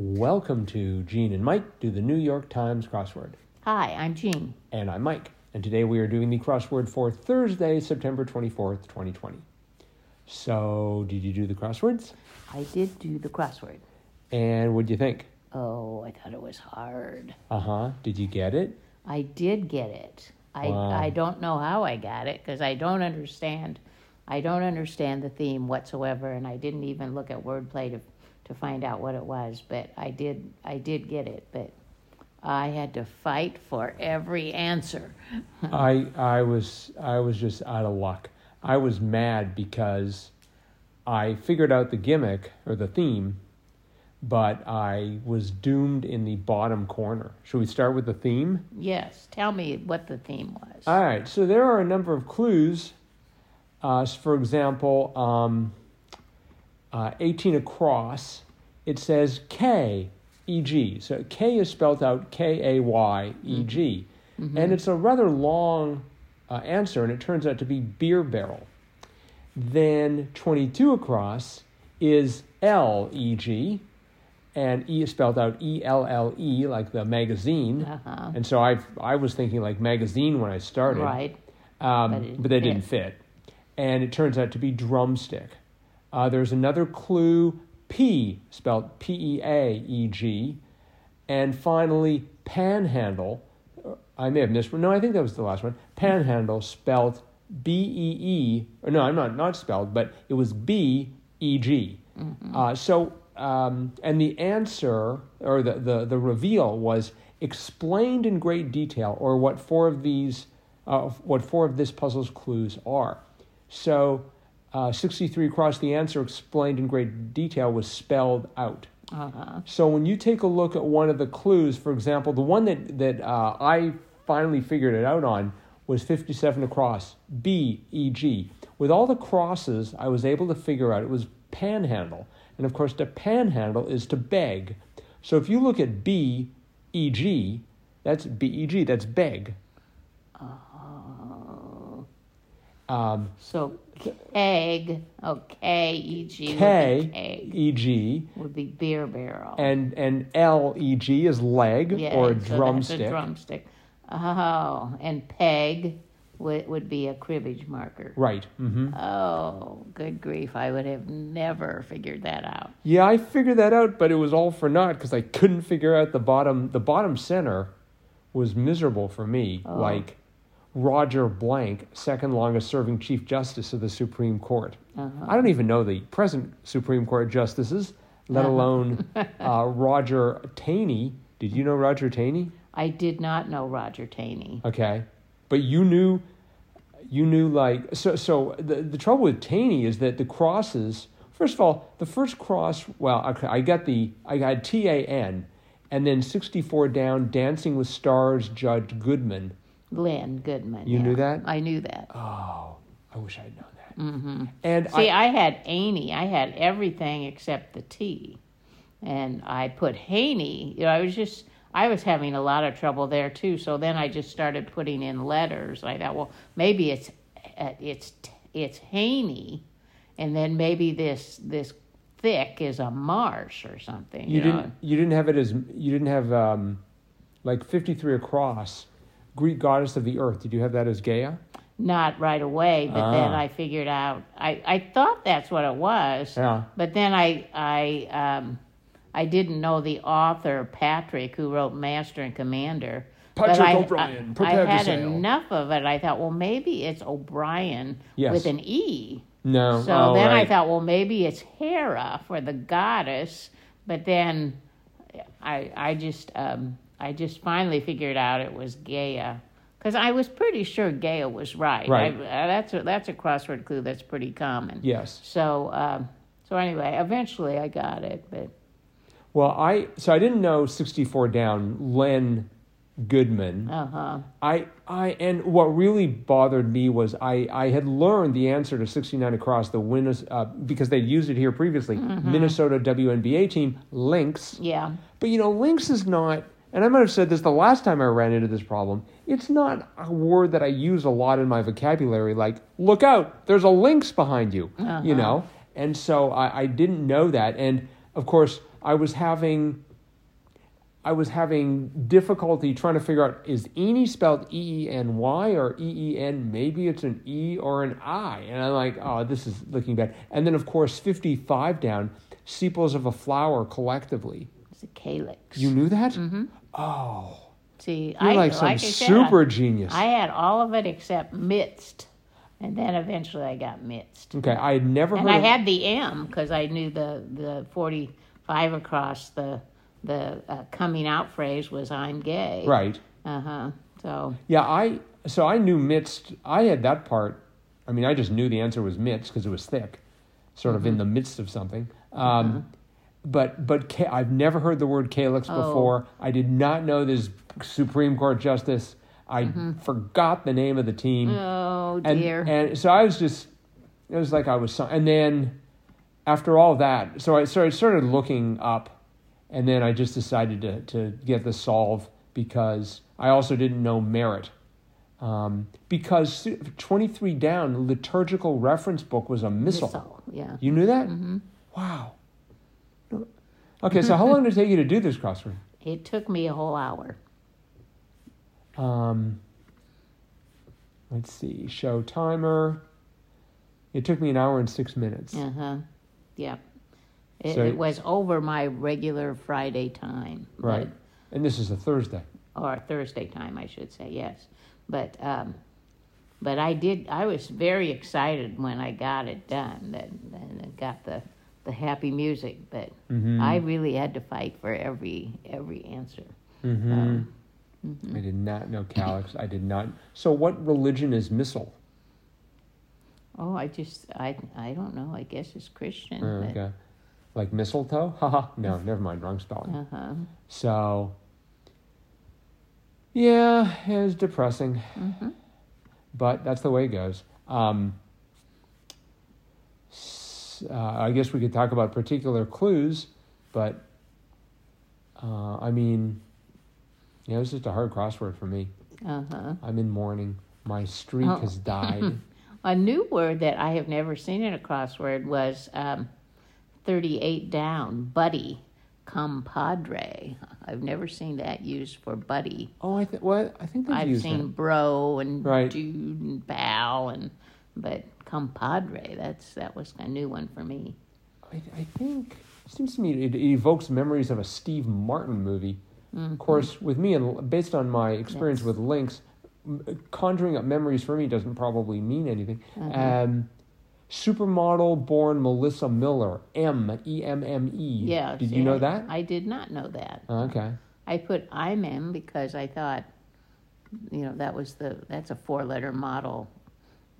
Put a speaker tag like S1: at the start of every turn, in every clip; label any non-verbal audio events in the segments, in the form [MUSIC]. S1: Welcome to Gene and Mike do the New York Times crossword.
S2: Hi, I'm Jean.
S1: And I'm Mike, and today we are doing the crossword for Thursday, September 24th, 2020. So, did you do the crosswords?
S2: I did do the crossword.
S1: And what'd you think?
S2: Oh, I thought it was hard.
S1: Uh huh. Did you get it?
S2: I did get it. I,
S1: Wow.
S2: I don't know how I got it because I don't understand. I don't understand the theme whatsoever, and I didn't even look at wordplay to to find out what it was. But I did I did get it, but I had to fight for every answer.
S1: I I was I was just out of luck. I was mad because I figured out the gimmick or the theme, but I was doomed in the bottom corner. Should we start with the theme?
S2: Yes, tell me what the theme was.
S1: All right. So there are a number of clues. Uh, s- for example, um, uh, 18 across, it says K E G. So K is spelled out K A Y E G.
S2: Mm-hmm.
S1: And it's a rather long uh, answer, and it turns out to be beer barrel. Then 22 across is L E G, and E is spelled out E L L E, like the magazine.
S2: Uh-huh.
S1: And so I I was thinking like magazine when I started.
S2: right.
S1: Um,
S2: But
S1: but,
S2: it
S1: they
S2: fit.
S1: didn't fit. And it turns out to be drumstick. Uh, there's another clue P, spelled P E A E G. And finally, panhandle. Uh, I may have missed one. No, I think that was the last one. Panhandle, spelled B E E. Or no, I'm not, not spelled, but it was B E G. Uh, so, um, and the answer or the, the, the reveal was explained in great detail, or what four of these uh, what four of this puzzle's clues are. So, uh, 63 across the answer explained in great detail was spelled out.
S2: Uh-huh.
S1: So, when you take a look at one of the clues, for example, the one that, that uh, I finally figured it out on was 57 across, B, E, G. With all the crosses, I was able to figure out it was panhandle. And of course, to panhandle is to beg. So, if you look at B, E, G, that's B, E, G, that's beg.
S2: Oh.
S1: Um,
S2: So keg, oh K E G would be
S1: K
S2: keg,
S1: E G
S2: would be beer barrel.
S1: and and L E G is leg
S2: Yeah,
S1: or
S2: and so that's a
S1: drumstick.
S2: drumstick. Oh, and peg would, would be a cribbage marker.
S1: Right. hmm
S2: Oh, good grief! I would have never figured that out.
S1: Yeah, I figured that out, but it was all for naught because I couldn't figure out the bottom. The bottom center was miserable for me. Like Roger Blank, second longest serving Chief Justice of the Supreme Court. I don't even know the present Supreme Court justices, let [LAUGHS] alone uh, Roger Taney. Did you know Roger Taney?
S2: I did not know Roger Taney.
S1: Okay, but you knew, you knew like so. So the the trouble with Taney is that the crosses. First of all, the first cross. Well, okay, I got the I got T A N, and then sixty four down. Dancing with Stars, Judge Goodman.
S2: Lynn Goodman.
S1: You
S2: yeah.
S1: knew that?
S2: I knew that.
S1: Oh, I wish I'd known that. And
S2: Mm-hmm. See,
S1: I,
S2: I, had Aney. I had everything except the T. And I put Haney. You know, I was just, I was having a lot of trouble there too. So then I just started putting in letters. I thought, well, maybe it's, uh, it's, it's Haney. And then maybe this, this thick is a marsh or something.
S1: you
S2: know?
S1: didn't you didn't have it as you didn't have um, like fifty three across. Greek goddess of the earth. Did you have that as Gaia?
S2: Not right away, but then
S1: Ah.
S2: I figured out, I, I thought that's what it was.
S1: Yeah.
S2: But then I I um, I didn't know the author Patrick who wrote Master and Commander. But
S1: Patrick
S2: I-
S1: O'Brien,
S2: I-
S1: prepare to
S2: I had
S1: sail.
S2: enough of it. I thought, well, maybe it's O'Brien
S1: Yes.
S2: with an E.
S1: No.
S2: So
S1: oh,
S2: then I
S1: right.
S2: thought, well, maybe it's Hera for the goddess. But then I I just um, I just finally figured out it was Gaia. Because I was pretty sure Gaia was right.
S1: Right.
S2: I, uh, that's a, that's a crossword clue that's pretty common.
S1: Yes.
S2: So, um, so anyway, eventually I got it, but
S1: Well, I so I didn't know 64 down Len Goodman.
S2: uh huh.
S1: I I and what really bothered me was I I had learned the answer to 69 across the Winnes uh, because they used it here previously. Minnesota WNBA team Lynx.
S2: Yeah.
S1: But you know, Lynx is not and I might have said this the last time I ran into this problem. It's not a word that I use a lot in my vocabulary like look out, there's a lynx behind you. You know? And so I, I didn't know that and of course I was having I was having difficulty trying to figure out is Eni spelled E E N Y or E E N? Maybe it's an E or an I. And I'm like, oh, this is looking bad. And then, of course, 55 down, sepals of a flower collectively.
S2: It's a calyx.
S1: You knew that? Mm-hmm. Oh,
S2: See,
S1: you're
S2: I
S1: like some
S2: I said,
S1: super
S2: I-
S1: genius.
S2: I had all of it except midst, and then eventually I got midst.
S1: okay, I had never
S2: And
S1: heard
S2: I
S1: of
S2: had the M because I knew the the forty five across the the uh, coming out phrase was I'm gay.
S1: Right.
S2: Uh huh. So
S1: Yeah, I so I knew midst. I had that part. I mean, I just knew the answer was midst because it was thick, sort of
S2: Mm-hmm.
S1: in the midst of something. Um, But but ca- I've never heard the word calyx
S2: Oh.
S1: before. I did not know this Supreme Court justice. I
S2: Mm-hmm.
S1: forgot the name of the team.
S2: oh
S1: and,
S2: dear.
S1: and so I was just, it was like I was, so- and then after all that, so I, so I started looking up, and then I just decided to, to get the solve because I also didn't know merit. Um, because 23 down, liturgical reference book was a missile. Mm-hmm.
S2: Missile, Yeah.
S1: You knew that? Wow. Okay, so how long did it take you to do this crossword?
S2: It took me a whole hour.
S1: Um, let's see, show timer. It took me an hour and six minutes.
S2: Uh huh. Yep. It,
S1: So-
S2: it was over my regular Friday time. but-
S1: Right. And this is a Thursday.
S2: or Thursday time, I should say, yes. But um, but I did. I was very excited when I got it done. That and I got the the happy music. But I
S1: Mm.
S2: really had to fight for every every answer.
S1: Mm-hmm. I did not know Calyx. I did not. So, what religion is Missile?
S2: Oh, I just I I don't know. I guess it's Christian.
S1: Oh, okay. Like mistletoe? [LAUGHS] Haha. no, never mind. Wrong spelling.
S2: Uh huh.
S1: So, yeah, it was depressing.
S2: mm-hmm,
S1: But that's the way it goes. Um, s- uh, I guess we could talk about particular clues, but uh, I mean, yeah, it was just a hard crossword for me.
S2: Uh huh.
S1: I'm in mourning. My streak
S2: Oh.
S1: has died.
S2: A new word that I have never seen in a crossword was um, 38 down, buddy, compadre. I've never seen that used for buddy.
S1: oh, I think well, I think they've
S2: I've
S1: used
S2: seen
S1: it.
S2: bro and
S1: Right.
S2: dude and pal and but compadre, that's that was a new one for me.
S1: I, I think it seems to me it, it evokes memories of a Steve Martin movie. Of course, with me and based on my experience
S2: Mm-hmm. Yes.
S1: with links, m- uh, conjuring up memories for me doesn't probably mean anything.
S2: Mm-hmm.
S1: Um, supermodel born Melissa Miller, M E M M E.
S2: Yeah.
S1: Did
S2: see,
S1: you know
S2: I-
S1: that?
S2: I did not know that.
S1: Oh, okay.
S2: I put I'm in because I thought, you know, that was the that's a four letter model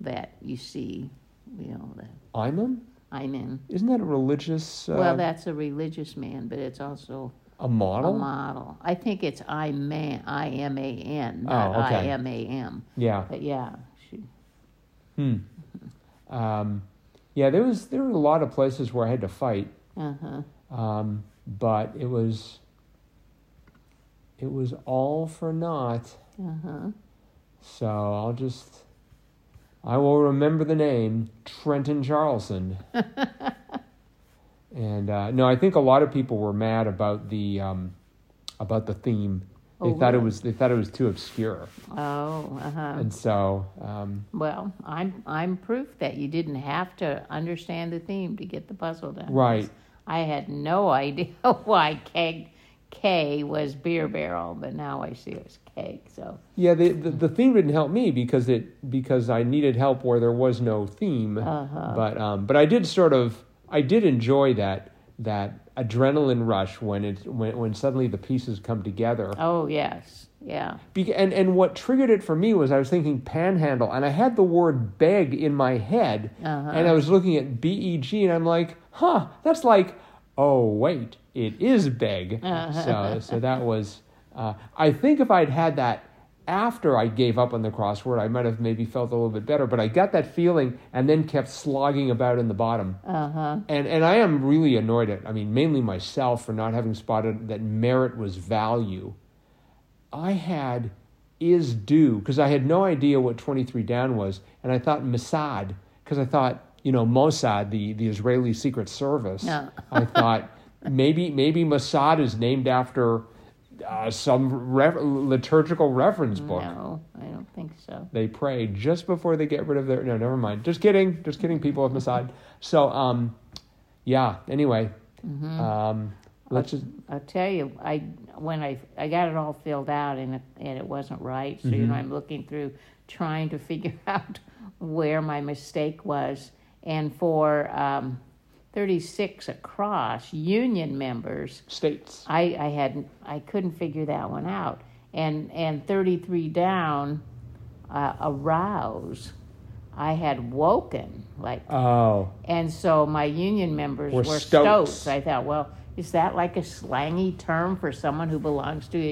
S2: that you see, you know, the
S1: Imam?
S2: I'm in.
S1: Isn't that a religious? Uh,
S2: Well, that's a religious man, but it's also
S1: a
S2: a
S1: model.
S2: model. I think it's I man, I M A N,
S1: Oh,
S2: not I
S1: okay.
S2: M A M.
S1: yeah.
S2: But yeah, she,
S1: Hmm. Um, yeah. There was there were a lot of places where I had to fight.
S2: uh huh.
S1: um, but it was it was all for naught.
S2: Uh-huh.
S1: So I'll just I will remember the name Trenton
S2: [LAUGHS]
S1: Charleston. and uh, no, I think a lot of people were mad about the um, about the theme. They
S2: Oh,
S1: thought it
S2: really?
S1: was they thought it was too obscure,
S2: Oh, uh huh.
S1: and so um,
S2: Well, I'm I'm proof that you didn't have to understand the theme to get the puzzle done.
S1: Right.
S2: I had no [LAUGHS] idea why keg K was beer barrel, but now I see it was keg. So
S1: yeah, the, the the theme didn't help me because it because I needed help where there was no theme.
S2: uh-huh.
S1: but um, but I did sort of I did enjoy that that adrenaline rush when it when when suddenly the pieces come together.
S2: Oh yes. Yeah.
S1: Be- and and what triggered it for me was I was thinking panhandle, and I had the word beg in my head,
S2: Uh-huh.
S1: and I was looking at B E G, and I'm like, huh, that's like, oh wait, it is beg. So so that was. Uh, I think if I'd had that after I gave up on the crossword, I might have maybe felt a little bit better. But I got that feeling, and then kept slogging about in the bottom.
S2: Uh huh.
S1: And and I am really annoyed at I mean mainly myself for not having spotted that merit was value. I had is due because I had no idea what 23 down was and I thought Mossad because [LAUGHS] I thought you know Mossad the the Israeli secret service
S2: Yeah.
S1: I thought maybe maybe Mossad is named after uh, some re- liturgical reference book.
S2: No, I don't think so.
S1: They pray just before they get rid of their. No, never mind. Just kidding. Just kidding. People of Mossad. So um, yeah. Anyway, um, let's just
S2: I'll tell you, I when I I got it all filled out and it, and it wasn't right, so you know I'm looking through trying to figure [LAUGHS] out where my mistake was. And for um, 36 across union members,
S1: states.
S2: I I had I couldn't figure that one out. And and 33 down, uh, arouse. I had woken like
S1: Oh,
S2: and so my union members
S1: Were
S2: were,
S1: stoats.
S2: stoats. I thought, well, is that like a slangy term for someone who belongs to a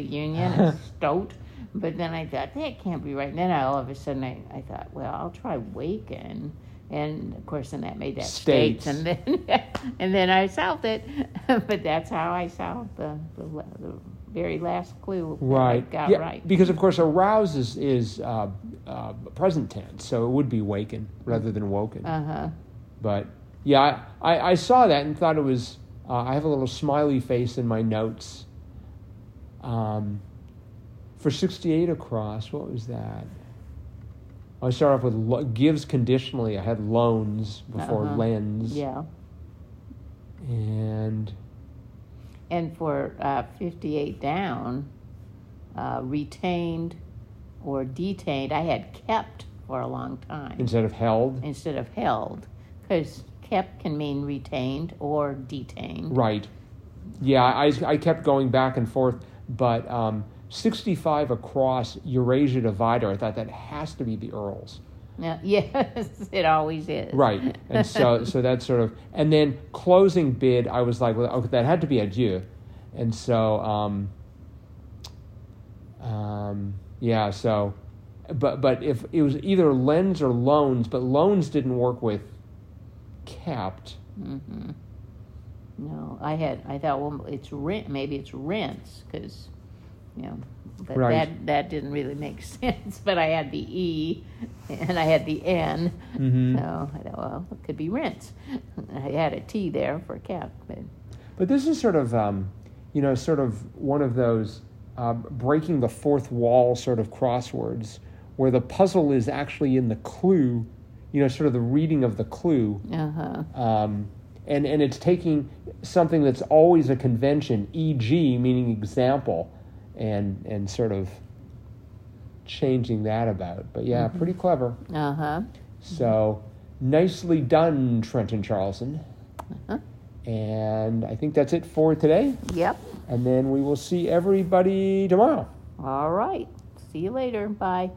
S1: [LAUGHS]
S2: union, a stoat? But then I thought, that can't be right. And then I, all of a sudden I, I thought, well, I'll try Waken. And of course, then that made that states.
S1: States.
S2: And then [LAUGHS] and then I solved it. [LAUGHS] but that's how I solved the, the, la- the very last clue. that
S1: right.
S2: I got
S1: yeah,
S2: uh, right.
S1: Because of course, arouse is is uh, uh, present tense, so it would be waken rather than woken.
S2: Uh huh.
S1: But yeah, I, I, I saw that and thought it was. Uh, I have a little smiley face in my notes. Um, for 68 across, what was that? I start off with lo- gives conditionally. I had loans before
S2: Uh-huh.
S1: lens.
S2: Yeah.
S1: And
S2: And for uh, 58 down, uh, retained or detained, I had kept for a long time
S1: instead of held.
S2: instead of held, because kept can mean retained or detained.
S1: Right. Yeah, I, I kept going back and forth. But um, 65 across Eurasia Divider, I thought that has to be the Earls.
S2: Now, [LAUGHS] yes, it always is.
S1: Right. And so so that's sort of and then closing bid, I was like, well, okay, that had to be adieu. And so um um yeah, so but but if it was either lens or loans, but loans didn't work with capped.
S2: Mm-hmm. No, I had, I thought, well, it's rent, maybe it's rents, because, you know, but
S1: Right.
S2: that, that didn't really make [LAUGHS] sense. But I had the E and I had the N.
S1: Mhm.
S2: So I thought, well, it could be rents. I had a T there for cap, but
S1: But this is sort of um you know, sort of one of those uh, breaking the fourth wall sort of crosswords where the puzzle is actually in the clue, you know, sort of the reading of the clue.
S2: uh huh.
S1: um, and and it's taking something that's always a convention, e.g., meaning example, and and sort of changing that about. But yeah, pretty clever.
S2: Uh huh.
S1: So nicely done, Trenton Charleston.
S2: Uh-huh.
S1: And I think that's it for today.
S2: Yep.
S1: And then we will see everybody tomorrow.
S2: All right. See you later. Bye.